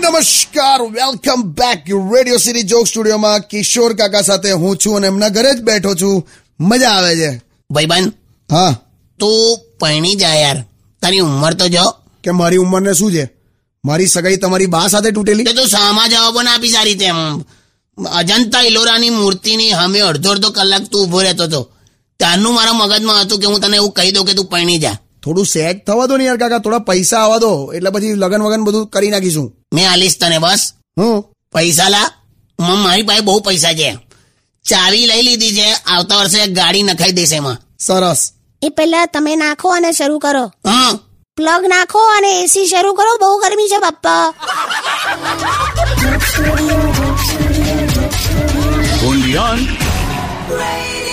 નમસ્કાર welcome back radio city joke સ્ટુડિયોમાં કિશોર કાકા સાથે હું છું અને એમના ઘરે જ બેઠો છું મજા આવે છે ભાઈબંધ હા તું પરણી જા યાર તારી ઉંમર તો જો કે મારી ઉંમરને શું છે મારી સગાઈ તમારી બા સાથે તૂટેલી તે તું સામા જવાબો ના આપી સારી રીતે એમ. અજંતા ઇલોરાની મૂર્તિની હમે અડધો અડધો કલાક તું ઉભો રહેતો હતો ત્યારનું મારા મગજમાં હતું કે હું તને એવું કહી દઉં કે તું પરણી જા થોડું સેટ થવા દો ને યાર કાકા થોડા પૈસા આવવા દો એટલે પછી લગન વગન બધું કરી નાખીશું મેં આલીશ તને બસ હું પૈસા લા મ- મારી પાસે બહુ પૈસા છે ચાવી લઈ લીધી છે આવતા વર્ષે ગાડી નખાઈ દઈશ એમાં સરસ એ પહેલા તમે નાખો અને શરૂ કરો હં પ્લગ નાખો અને એસી શરૂ કરો બહુ ગરમી છે બાપ્પા Undian. Radio